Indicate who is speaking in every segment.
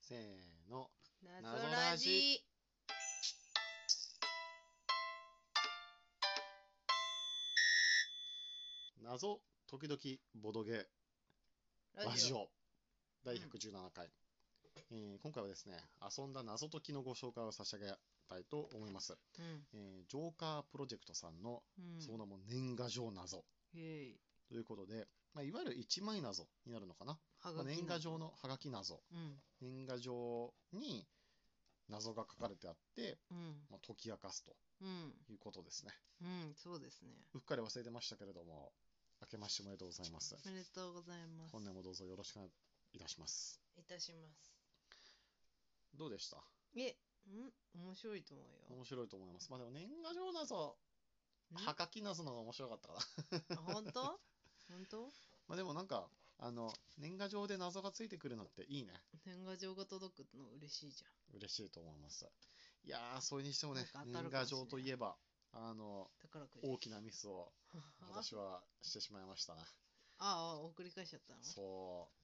Speaker 1: せーの。
Speaker 2: 謎
Speaker 1: 謎
Speaker 2: ラ
Speaker 1: ラ
Speaker 2: ジ
Speaker 1: ジ謎、時々、ボドゲ、
Speaker 2: ラ
Speaker 1: ラジオ、第
Speaker 2: うん
Speaker 1: 117回、えー今回はですね、遊んだ謎解きのご紹介を差し上げたいと思います。
Speaker 2: うん
Speaker 1: えージョーカープロジェクトさんの、
Speaker 2: うん
Speaker 1: その名も年賀状謎
Speaker 2: イエイ
Speaker 1: ということで、まあ、いわゆる一枚謎になるのかな。
Speaker 2: は
Speaker 1: まあ
Speaker 2: がき
Speaker 1: 年賀状のハガキ謎。
Speaker 2: うん
Speaker 1: 年賀状に謎が書かれてあって、
Speaker 2: うん
Speaker 1: まあ、解き明かすと
Speaker 2: うん
Speaker 1: いうことですね。
Speaker 2: うんそうですね
Speaker 1: うっかり忘れてましたけれども、明けましておめでとうございます。
Speaker 2: おめでとうございます
Speaker 1: 本年もどうぞよろしくいたします。
Speaker 2: いたします
Speaker 1: どうでした
Speaker 2: えうん面白いと思うよ
Speaker 1: 面白いと思います。まあでも年賀状謎、
Speaker 2: ん
Speaker 1: はがき謎の方が面白かったかな。
Speaker 2: あ本当本当
Speaker 1: まあでもなんか、あの、年賀状で謎がついてくるのっていいね。
Speaker 2: 年賀状が届くの嬉しいじゃん
Speaker 1: 嬉しいと思います。いやー、それにしてもね
Speaker 2: なんか、当た
Speaker 1: 年
Speaker 2: るかも
Speaker 1: 賀
Speaker 2: しれない
Speaker 1: 状といえば、あの、
Speaker 2: 宝くじ
Speaker 1: 大きなミスを
Speaker 2: あ
Speaker 1: 私はしてしまいましたな。
Speaker 2: あ送り返しちゃったの
Speaker 1: そう。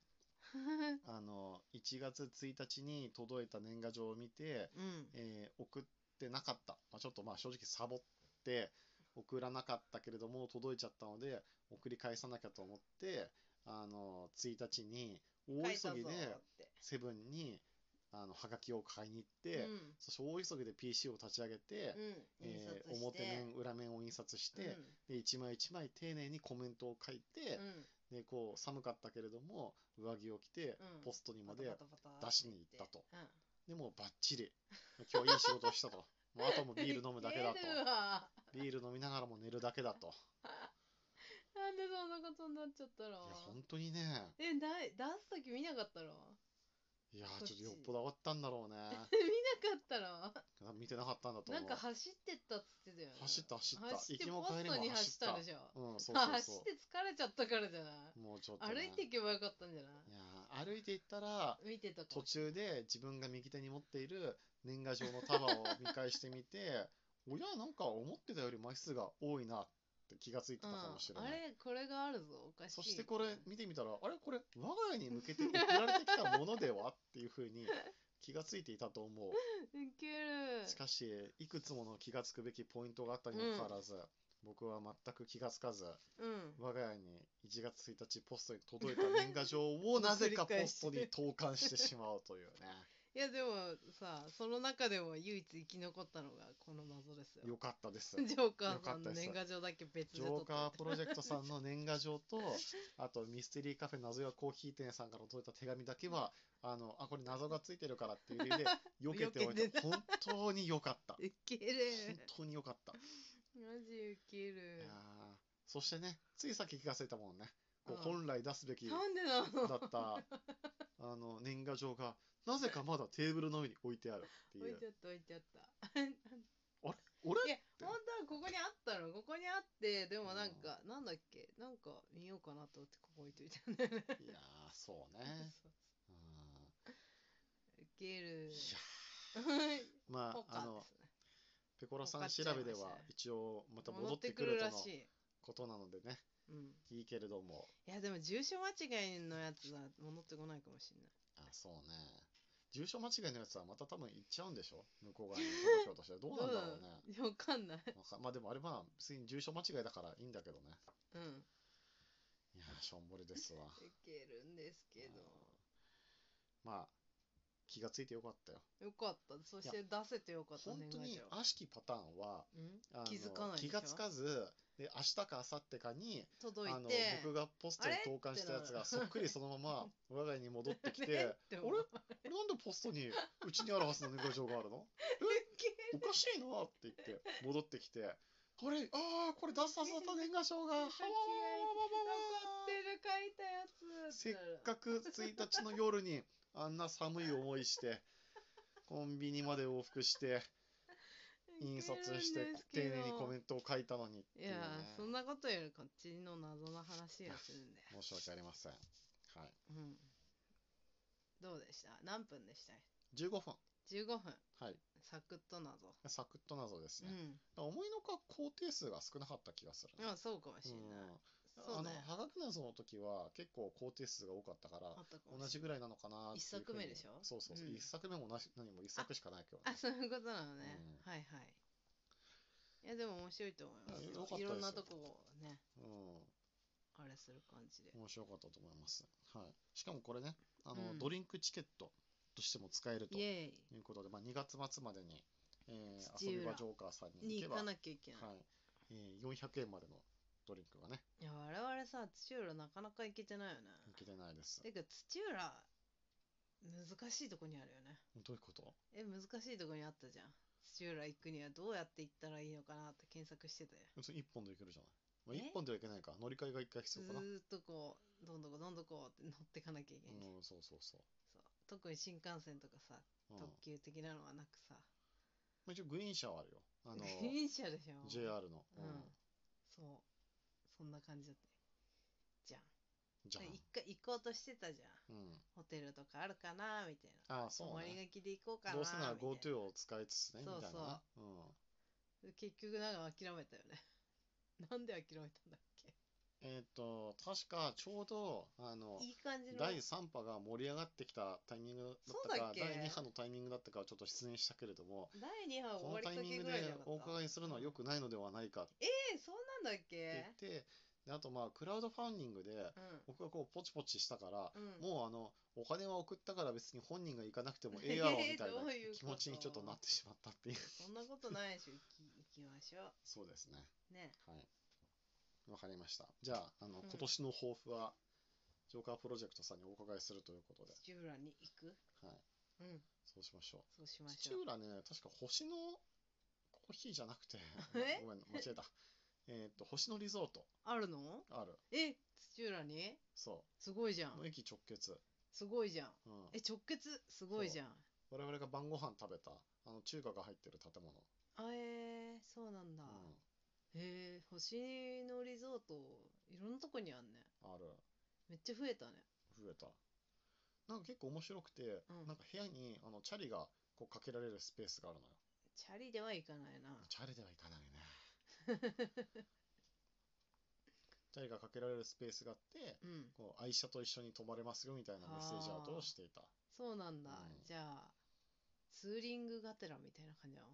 Speaker 2: う
Speaker 1: あの、1月1日に届いた年賀状を見て、
Speaker 2: ん
Speaker 1: えー送ってなかった、まあ、ちょっとまあ正直サボって送らなかったけれども届いちゃったので送り返さなきゃと思ってあの1日に大
Speaker 2: 返した
Speaker 1: 急ぎ
Speaker 2: ぞ
Speaker 1: で
Speaker 2: ーって
Speaker 1: セブンにあのハガキを買いに行っ
Speaker 2: う
Speaker 1: て、
Speaker 2: ん
Speaker 1: そして大急ぎで PC を立ち上げて、
Speaker 2: うん印
Speaker 1: え
Speaker 2: 刷
Speaker 1: ー
Speaker 2: し
Speaker 1: 表
Speaker 2: て
Speaker 1: 面裏面を印刷して、
Speaker 2: う
Speaker 1: で一枚一枚丁寧にコメントを書いて
Speaker 2: ん、うん
Speaker 1: でこう寒かったけれども上着を着て、
Speaker 2: うん
Speaker 1: ポストにま
Speaker 2: パ
Speaker 1: で
Speaker 2: タパタパタ
Speaker 1: 出しに行ったと。
Speaker 2: うん
Speaker 1: でもうバッチリ。今日いい仕事をしたと。もうあともビール飲むだけだ と。
Speaker 2: 出るわ
Speaker 1: ビール飲みながらも寝るだけだと。
Speaker 2: なんでそんなことになっちゃった
Speaker 1: い
Speaker 2: の
Speaker 1: や、本当にね。
Speaker 2: え、ない、出すとき見なかったろ
Speaker 1: いや
Speaker 2: こっ
Speaker 1: ー、
Speaker 2: ち
Speaker 1: ちょっとよっぽど終わったんだ ろうね。
Speaker 2: 見なかったろ
Speaker 1: 見てなかったんだと思
Speaker 2: な
Speaker 1: う。
Speaker 2: んか走ってったっつってたよね。
Speaker 1: 走った走った
Speaker 2: 走っ
Speaker 1: 行
Speaker 2: て
Speaker 1: きも
Speaker 2: ポ
Speaker 1: 帰
Speaker 2: ス
Speaker 1: り
Speaker 2: ト
Speaker 1: も
Speaker 2: に
Speaker 1: 走
Speaker 2: 走
Speaker 1: っ
Speaker 2: ったたでしょ。
Speaker 1: うん、そうそう
Speaker 2: 走っ
Speaker 1: そ
Speaker 2: て疲れちゃったからじゃな
Speaker 1: う。もうちょっと、ね。
Speaker 2: い歩いていけばよかったんじゃない
Speaker 1: やー歩いていったら、
Speaker 2: い見てたか
Speaker 1: 途
Speaker 2: もし
Speaker 1: 中で自分が右手に持っている年賀状の束を見返してみて、 おや、なんか思ってたより枚数が多いなって気がついてた
Speaker 2: れない
Speaker 1: かもしれ
Speaker 2: うん
Speaker 1: な
Speaker 2: あ
Speaker 1: い。
Speaker 2: れ、これがあるぞ。おかしい。
Speaker 1: そしてこれ見てみたら、あれこれ我が家に向けて送られてきたものではっていうふう に気がついていたと思う。
Speaker 2: ウケる。
Speaker 1: しかし、いくつもの気がつくべきポイントがあったにもかかわらず、僕は全く気がつかず、
Speaker 2: うん。
Speaker 1: 我が家に1月1日ポストに届いた年賀状をなぜかポストに投函してしまうと いうね。
Speaker 2: いや、でもさ、その中でも唯一生き残ったのがこの謎ですよ。
Speaker 1: よかったです。
Speaker 2: ジョーカ
Speaker 1: よ
Speaker 2: ー
Speaker 1: か
Speaker 2: さ
Speaker 1: っ
Speaker 2: ん
Speaker 1: た
Speaker 2: の
Speaker 1: です
Speaker 2: 年賀状だけ別で
Speaker 1: ジ
Speaker 2: 撮
Speaker 1: ョー
Speaker 2: って
Speaker 1: カープロジェクトさんの年賀状 と、あとミステリーカフェ謎やコーヒー店さんから届いた手紙だけは、あの、あ、これ謎がついいてるからっていう理 由で、避けておい
Speaker 2: 避け
Speaker 1: て、
Speaker 2: てた
Speaker 1: 本当に良かった。
Speaker 2: ウケる
Speaker 1: 本当に良かった。
Speaker 2: マジウケ
Speaker 1: いや
Speaker 2: る
Speaker 1: ーそしてね、ついさっき気がついたもんね、こ
Speaker 2: うん
Speaker 1: う本来出すべきだ
Speaker 2: なんでなの
Speaker 1: った、あの、年賀状が、なぜかまだテーブルの上に置いてあるって
Speaker 2: 置
Speaker 1: い
Speaker 2: いうち。ゃった置いち ゃった
Speaker 1: 俺
Speaker 2: いや本当はここにあったのここにあってでもなんか、なんだっけなんか見ようかなと思ってここ置いといたんだよね
Speaker 1: いやーそうね。うん
Speaker 2: ウケ
Speaker 1: い
Speaker 2: る
Speaker 1: やー
Speaker 2: ポ
Speaker 1: ま
Speaker 2: カ
Speaker 1: あ、あ
Speaker 2: で
Speaker 1: の、
Speaker 2: すね
Speaker 1: ペコラさん調べでは、一応、また戻
Speaker 2: 戻
Speaker 1: っ
Speaker 2: ってて
Speaker 1: く
Speaker 2: く
Speaker 1: る
Speaker 2: る
Speaker 1: と
Speaker 2: ら
Speaker 1: の
Speaker 2: しい、
Speaker 1: ことなのでね、
Speaker 2: うん、
Speaker 1: いいけれども、
Speaker 2: いやでも住所間違いのやつは戻ってこないかもしれない
Speaker 1: あ、そうね。住所間違いのやつはまた多分行っちゃうんでしょ向こう側に届けようとして。どうなんだろうね。
Speaker 2: いやわかんない
Speaker 1: わかまあでもあれは別に住所間違いだからいいんだけどね。
Speaker 2: うんウ
Speaker 1: いやー、しょんぼりですわ。
Speaker 2: ケるんですけ
Speaker 1: まあ、気がついてよかったよ。
Speaker 2: どよかったそして出せてよかった
Speaker 1: 本
Speaker 2: 年賀
Speaker 1: 当
Speaker 2: 状
Speaker 1: に悪しきパターンは、
Speaker 2: うん
Speaker 1: あの
Speaker 2: 気づかないでしょ
Speaker 1: 気がつかず、で、明日か明後日かに、
Speaker 2: 届い
Speaker 1: あの
Speaker 2: て
Speaker 1: 僕がポストに投函したやつが
Speaker 2: あれってなる
Speaker 1: そっくりそのまま我が家に戻ってきて、
Speaker 2: ねって
Speaker 1: あれ
Speaker 2: 思う
Speaker 1: なんでポストにうちにあるはずの年賀状がある のおかしいなって言って戻ってきて、これ、ああ、これ出すはずだった年賀状 が、はわわわわわわ
Speaker 2: 残ってる書いたやつ
Speaker 1: せっかく1日の夜にあんな寒い思いして、コンビニまで往復して、印刷して、丁寧にコメ
Speaker 2: ン
Speaker 1: ントを書いたのにって
Speaker 2: い
Speaker 1: いうね
Speaker 2: やーそんなことよりこっちの謎の話をするんだ
Speaker 1: 申
Speaker 2: よ、
Speaker 1: し訳ありません。はい。
Speaker 2: うん、どうでした何分でした
Speaker 1: 15分。
Speaker 2: 15分
Speaker 1: はい。
Speaker 2: サクッと謎
Speaker 1: サクッと謎です
Speaker 2: う
Speaker 1: ね。
Speaker 2: ん
Speaker 1: 思いのほか工程数が少なかった気がする
Speaker 2: で
Speaker 1: な。
Speaker 2: もそうかもしれない、
Speaker 1: うん
Speaker 2: そうね
Speaker 1: あの、ハガクナソの時は結構高定数が多かったから、
Speaker 2: あったかも
Speaker 1: 同じぐらいなのかなっていう
Speaker 2: 一作
Speaker 1: ふう
Speaker 2: 目
Speaker 1: に
Speaker 2: でしょ
Speaker 1: そうそうそう。
Speaker 2: うん
Speaker 1: 一作目もなし何も一作しかないけどね。
Speaker 2: あそういうことなのね、
Speaker 1: うん
Speaker 2: はいはいいやでも面白いと思います
Speaker 1: いや
Speaker 2: よ
Speaker 1: よかったです
Speaker 2: い
Speaker 1: よ
Speaker 2: ろんなとこをね
Speaker 1: う
Speaker 2: あれする感じで
Speaker 1: ん。面白かったと思います。はい。しかもこれね、あの、
Speaker 2: うん
Speaker 1: ドリンクチケットとしても使えると
Speaker 2: イ
Speaker 1: い
Speaker 2: エ
Speaker 1: うことで、まあ、2月末までに、えー、
Speaker 2: 土
Speaker 1: 遊び場
Speaker 2: 浦
Speaker 1: ジョーカーさん
Speaker 2: イ
Speaker 1: に
Speaker 2: に
Speaker 1: 行けば、
Speaker 2: 行か
Speaker 1: はい
Speaker 2: なきゃいけない、
Speaker 1: えー、400円までのドリンクがね、
Speaker 2: い、や我々さ土浦なかなか行けてないよね
Speaker 1: いけてないです。
Speaker 2: てか土浦難しいとこにあるよね
Speaker 1: どういうこと
Speaker 2: え難しいとこにあったじゃん土浦行くにはどうやって行ったらいいのかなって検索してたよ
Speaker 1: 別に1本でいけるじゃない。
Speaker 2: え
Speaker 1: まあ、1本ではいけないか。乗り換えが1回必
Speaker 2: ず
Speaker 1: 要かな。
Speaker 2: ーっとこうどんどこどんどこって乗ってかなきゃいけない、
Speaker 1: うん、そうそうそう。
Speaker 2: そう特に新幹線とかさ
Speaker 1: うん
Speaker 2: 特急的なのはなくさ、
Speaker 1: まあ、一応グリーン車はあるよ。あの、
Speaker 2: グリーン車でしょ
Speaker 1: JR の。
Speaker 2: うんそうそんな感じだったじゃん
Speaker 1: じゃん
Speaker 2: で。一回行こうとしてたじゃ
Speaker 1: う
Speaker 2: ん
Speaker 1: ん。
Speaker 2: ホテルとかあるかなみたいな
Speaker 1: ああ、そう
Speaker 2: 泊まり
Speaker 1: ね。
Speaker 2: がきで行こうかな
Speaker 1: どうせなら
Speaker 2: みたい
Speaker 1: GoTo を使いつつね、み
Speaker 2: そう
Speaker 1: たいなね。うん。
Speaker 2: で結局なんか諦めたよね なんで諦めたんだっけ
Speaker 1: えっと、確かちょうど、あの、
Speaker 2: いい感じの
Speaker 1: 第3波が盛り上がってきたタイミングだった
Speaker 2: そうだっ
Speaker 1: か、
Speaker 2: け
Speaker 1: 第2波のタイミングだったかはちょっと失念したけれども、
Speaker 2: 第2波
Speaker 1: この
Speaker 2: 終
Speaker 1: タ
Speaker 2: わ
Speaker 1: イ
Speaker 2: りか
Speaker 1: ミン
Speaker 2: け
Speaker 1: グ
Speaker 2: ぐらいじゃ
Speaker 1: で
Speaker 2: なか
Speaker 1: お
Speaker 2: った
Speaker 1: 伺いするのは良くないのではないかって
Speaker 2: えー、そうなんだっ
Speaker 1: 言
Speaker 2: け
Speaker 1: って、であとまあ、クラウドファンディングで、
Speaker 2: う
Speaker 1: 僕がこう、ポチポチしたから、
Speaker 2: ん、うん、
Speaker 1: もうあの、お金は送ったから別に本人が行かなくてもええ
Speaker 2: え
Speaker 1: やろみたいな
Speaker 2: どういうこと
Speaker 1: 気持ちにちょっとなってしまったっていう。
Speaker 2: そんなことないでしょ行き行きましょ
Speaker 1: そうですね。
Speaker 2: うね
Speaker 1: はい。わかりました。じゃあ、あの、
Speaker 2: うん
Speaker 1: 今年の抱負は、ジョーカープロジェクトさんにお伺いするということで、
Speaker 2: 土浦に行く
Speaker 1: はい。
Speaker 2: うん
Speaker 1: そうしましょ
Speaker 2: そうし
Speaker 1: う。
Speaker 2: まし
Speaker 1: 土
Speaker 2: ょう
Speaker 1: 浦ね、確か星のコーヒーじゃなくて、
Speaker 2: え
Speaker 1: ごめん、間違えた。えーっと、星野リゾート
Speaker 2: あるの
Speaker 1: ある。
Speaker 2: え土浦に
Speaker 1: そ
Speaker 2: すごいじゃ
Speaker 1: う。の
Speaker 2: ん
Speaker 1: 駅直結。
Speaker 2: すごいじゃん
Speaker 1: うん。
Speaker 2: え直結すごいじゃん
Speaker 1: 我々が晩ご飯食べた、あの、中華が入ってる建物。
Speaker 2: あえー、そうなんだ、
Speaker 1: う
Speaker 2: へえ星のリゾートいろんなとこにあんね
Speaker 1: ん。ある。
Speaker 2: めっちゃ増えたね
Speaker 1: 増えた。なんか結構面白くて、
Speaker 2: うん
Speaker 1: なんか部屋にあのチャリがこうかけられるスペースがあるのよ。
Speaker 2: チャリでは行かないな
Speaker 1: チャリではいかないね。チャリがかけられるスペースがあって、
Speaker 2: うん
Speaker 1: こう愛車と一緒に泊まれますよみたいなメッセージアウトをしていた。
Speaker 2: そうなんだ、
Speaker 1: うん
Speaker 2: じゃあツーリングがてらみたいな感じなの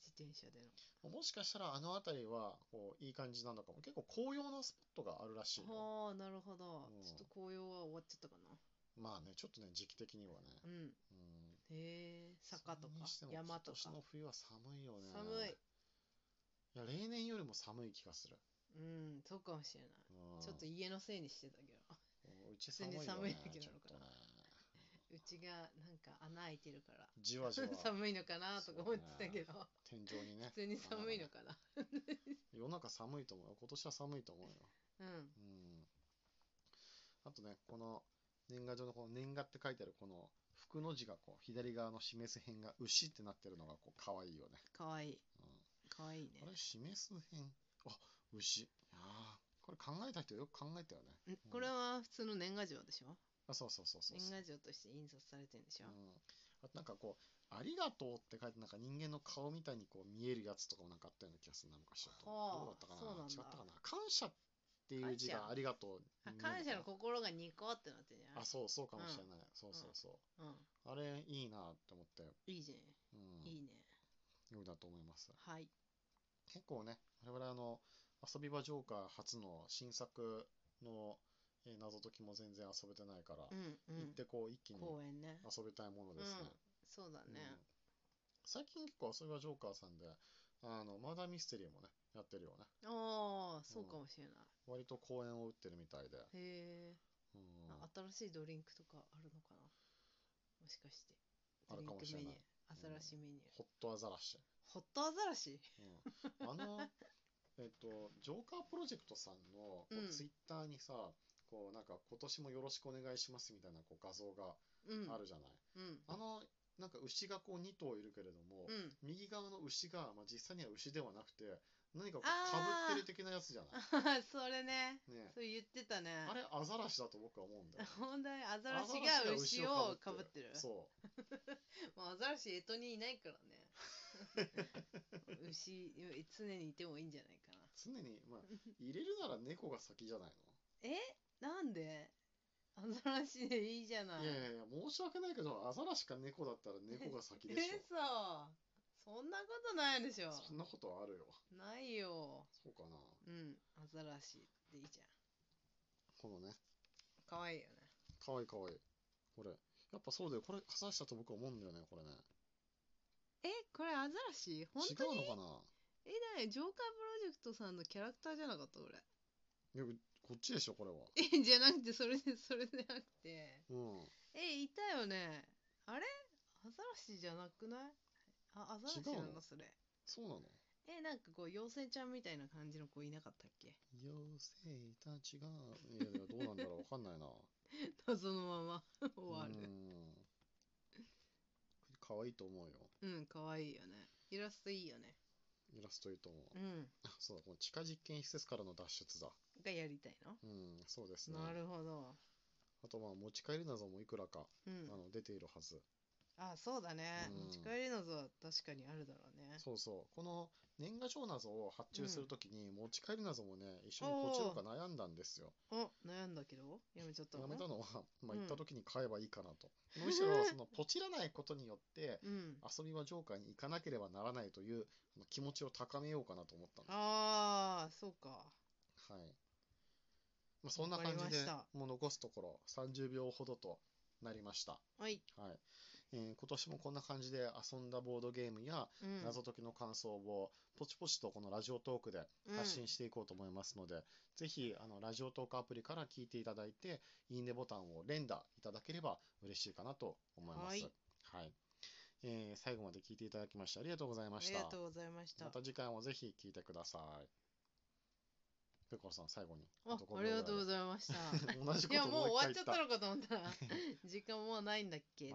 Speaker 2: 自転車での
Speaker 1: もしかしたらあの辺りはこういい感じなのかも。結構紅葉のスポットがあるらしいよ。
Speaker 2: はあなるほど、
Speaker 1: うん
Speaker 2: ちょっと紅葉は終わっちゃったかな
Speaker 1: まあね、ちょっとね、時期的にはね。
Speaker 2: うん
Speaker 1: うん、
Speaker 2: へえ坂とか
Speaker 1: それにしても
Speaker 2: 山とか
Speaker 1: 今年の冬は寒いよね。
Speaker 2: 寒
Speaker 1: い
Speaker 2: い
Speaker 1: や、例年よりも寒い気がする。
Speaker 2: うんそうかもしれな
Speaker 1: う
Speaker 2: い、
Speaker 1: ん
Speaker 2: ちょっと家のせいにしてたけど
Speaker 1: おうち
Speaker 2: 普
Speaker 1: 寒い
Speaker 2: 通に
Speaker 1: よ
Speaker 2: 寒い
Speaker 1: ね
Speaker 2: だけな
Speaker 1: ちょ
Speaker 2: の
Speaker 1: っ
Speaker 2: か
Speaker 1: と
Speaker 2: な
Speaker 1: ね。
Speaker 2: うちがなんか穴開いてるから
Speaker 1: じわじわ
Speaker 2: 寒いのかなとか思ってたけど、
Speaker 1: 天井にね
Speaker 2: 普。通に寒いのかな
Speaker 1: 世の中寒いと思うよ。今年は寒いと思うよ。
Speaker 2: うん
Speaker 1: うん。あとね、この年賀状のこの年賀って書いてあるこの服の字がこう左側の示す辺が牛ってなってるのがこう可愛いよね。
Speaker 2: かわいい
Speaker 1: うん
Speaker 2: かわいいね
Speaker 1: あれ示す辺あ牛。いやーこれ考えた人よく考えたよね。
Speaker 2: んこれは普通の年賀状でしょ
Speaker 1: あそうそうそうそうそう。
Speaker 2: 年賀状として印刷されてるんでしょ、
Speaker 1: うん、あとなんかこう「ありがとう」って書いてなんか人間の顔みたいにこう見えるやつとかもなんかあったような気がするな昔だと
Speaker 2: はあ
Speaker 1: どうだったかな
Speaker 2: そうなんだ
Speaker 1: 違ったかな感謝っていう字
Speaker 2: 感謝
Speaker 1: が「ありがとう
Speaker 2: あ
Speaker 1: に見えるかな」
Speaker 2: 感謝の心がニコってなってんじゃない、
Speaker 1: あそうそうかもしれない、そうそうそう
Speaker 2: ん、
Speaker 1: うあれいいなって思って
Speaker 2: いいじゃん、
Speaker 1: うん
Speaker 2: いいね
Speaker 1: 良いだと思います
Speaker 2: はい
Speaker 1: 結構ね我々あの遊び場ジョーカー初の新作の、えー謎解きも全然遊べてないから、
Speaker 2: うんう
Speaker 1: 行っ
Speaker 2: ん
Speaker 1: てこう一気に
Speaker 2: 公園ね
Speaker 1: 遊べたいものですね、
Speaker 2: うんそうだね、
Speaker 1: うん最近結構遊びはジョーカーさんで、あの、マーダーミステリーもね、やってるよね。
Speaker 2: ああそうかもしれない、
Speaker 1: 割と公演を打ってるみたいで。
Speaker 2: へえ、
Speaker 1: うん、
Speaker 2: あ新しいドリンクとかあるのかなもしかして
Speaker 1: あ
Speaker 2: ド
Speaker 1: る
Speaker 2: リン
Speaker 1: かも
Speaker 2: ク
Speaker 1: し
Speaker 2: メ
Speaker 1: れない
Speaker 2: ニュー新しいメニュー、
Speaker 1: ホットアザラシ。
Speaker 2: ホットアザラシ
Speaker 1: うん、あの、 えっと、ジョーカープロジェクトさんのこ
Speaker 2: うん
Speaker 1: うツイッターにさ、こうなんか今年もよろしくお願いしますみたいなこう画像が
Speaker 2: うん
Speaker 1: あるじゃない。
Speaker 2: うん
Speaker 1: あの、なんか牛がこう2頭いるけれども、
Speaker 2: うん
Speaker 1: 右側の牛が、まあ、実際には牛ではなくて、何かこ
Speaker 2: あ
Speaker 1: うか
Speaker 2: ー
Speaker 1: ぶってる的なやつじゃな
Speaker 2: あははそれね
Speaker 1: い。ね
Speaker 2: そ、れ言ってたね
Speaker 1: あれアザラシだと僕は思うんだよ。
Speaker 2: 本当にアザラシ
Speaker 1: アザ
Speaker 2: が
Speaker 1: ラシ
Speaker 2: 牛
Speaker 1: が
Speaker 2: をかぶってる
Speaker 1: そ
Speaker 2: もうアザラシ 干支にいないからね牛常にいてもいいんじゃないかな
Speaker 1: 常に、 まあ、入れるなら猫が先じゃない
Speaker 2: なんでアザラシでいいじゃな
Speaker 1: の
Speaker 2: い。
Speaker 1: いやいやいや、申し訳ないけど、アザラシか猫だったら猫が先でし ょ。
Speaker 2: 嘘そんなことないでしょ。
Speaker 1: そんなことはあるよ。
Speaker 2: ないよ。
Speaker 1: そうかな。
Speaker 2: うん、アザラシでいいじゃん。
Speaker 1: このね、
Speaker 2: 可愛いよね。
Speaker 1: かわいいかわいい。これ。やっぱそうだよ。これ、傘下と僕は思うんだよね、これね。
Speaker 2: え、これアザラシ本
Speaker 1: 違
Speaker 2: 当
Speaker 1: う
Speaker 2: に
Speaker 1: のかな
Speaker 2: え、だね、ジョーカープロジェクトさんのキャラクターじゃなかった俺。
Speaker 1: いや、こっちでしょ、これは。
Speaker 2: え、じゃなくて、それで、それでなくて。
Speaker 1: うん。
Speaker 2: え、いたよね。あれアザラシじゃなくないあ、アザラシ
Speaker 1: 違
Speaker 2: な
Speaker 1: うの
Speaker 2: のそれ。
Speaker 1: そうなの
Speaker 2: え、なんかこう、妖精ちゃんみたいな感じの子いなかったっけ
Speaker 1: 妖精たちが、いや、いやどうなんだろう、わかんない な。
Speaker 2: 謎のま ま終わ
Speaker 1: う
Speaker 2: る。
Speaker 1: ん。可愛いと思うよ。
Speaker 2: うん、可愛いよね。イラストいいよね。
Speaker 1: イラストいいと思う。
Speaker 2: うん。
Speaker 1: あ そうだ、この地下実験施設からの脱出だ。
Speaker 2: がやりたいの
Speaker 1: うん、そうですね。
Speaker 2: なるほど。
Speaker 1: あと、まあ、持ち帰り謎もいくらか、
Speaker 2: うん
Speaker 1: あ。の出ているはず。
Speaker 2: あ、そうだね。
Speaker 1: うん
Speaker 2: 持ち帰りのぞ確かにあるだろうね。
Speaker 1: そうそう。この年賀状謎を発注するときに、持ち帰り謎もね、一緒にこっちの方が悩んだんですよ。
Speaker 2: お、悩んだけどやめちゃったの
Speaker 1: やめたのは、 まあ、
Speaker 2: うん
Speaker 1: 行ったときに買えばいいかなと。むしろ、 その、ポチらないことによって、
Speaker 2: うん。
Speaker 1: 遊びはジョーカーに行かなければならないというあの気持ちを高めようかなと思ったの。
Speaker 2: ああ、そうか。
Speaker 1: はい。まあ、そんな感
Speaker 2: わ
Speaker 1: じ
Speaker 2: かり
Speaker 1: で
Speaker 2: ました、
Speaker 1: もう残すところ30秒ほどとなりました。
Speaker 2: はい。
Speaker 1: はい。えー今年もこんな感じで遊んだボードゲームや
Speaker 2: うん、
Speaker 1: 謎解きの感想をポチポチとこのラジオトークで発信していこうと思いますので、ぜひあのラジオトークアプリから聞いていただいて、いいねボタンを連打いただければ嬉しいかなと思います。は
Speaker 2: はいい。
Speaker 1: えー最後まで聞いていただきましてありがとうござい
Speaker 2: うん
Speaker 1: ま
Speaker 2: あ
Speaker 1: し
Speaker 2: り
Speaker 1: た。
Speaker 2: がとうございました。
Speaker 1: また次回もぜひ聞いてください。ペコロさん、最後に。
Speaker 2: あ
Speaker 1: と5秒
Speaker 2: あり
Speaker 1: ぐらい
Speaker 2: が
Speaker 1: で
Speaker 2: とうございました。
Speaker 1: 同じ
Speaker 2: い
Speaker 1: こ
Speaker 2: や、
Speaker 1: と
Speaker 2: もう
Speaker 1: もう
Speaker 2: 終わっ
Speaker 1: 一回
Speaker 2: ち
Speaker 1: 言
Speaker 2: ゃ
Speaker 1: っ
Speaker 2: ったた。のかと思ったら、時間もうないんだっけって。
Speaker 1: ま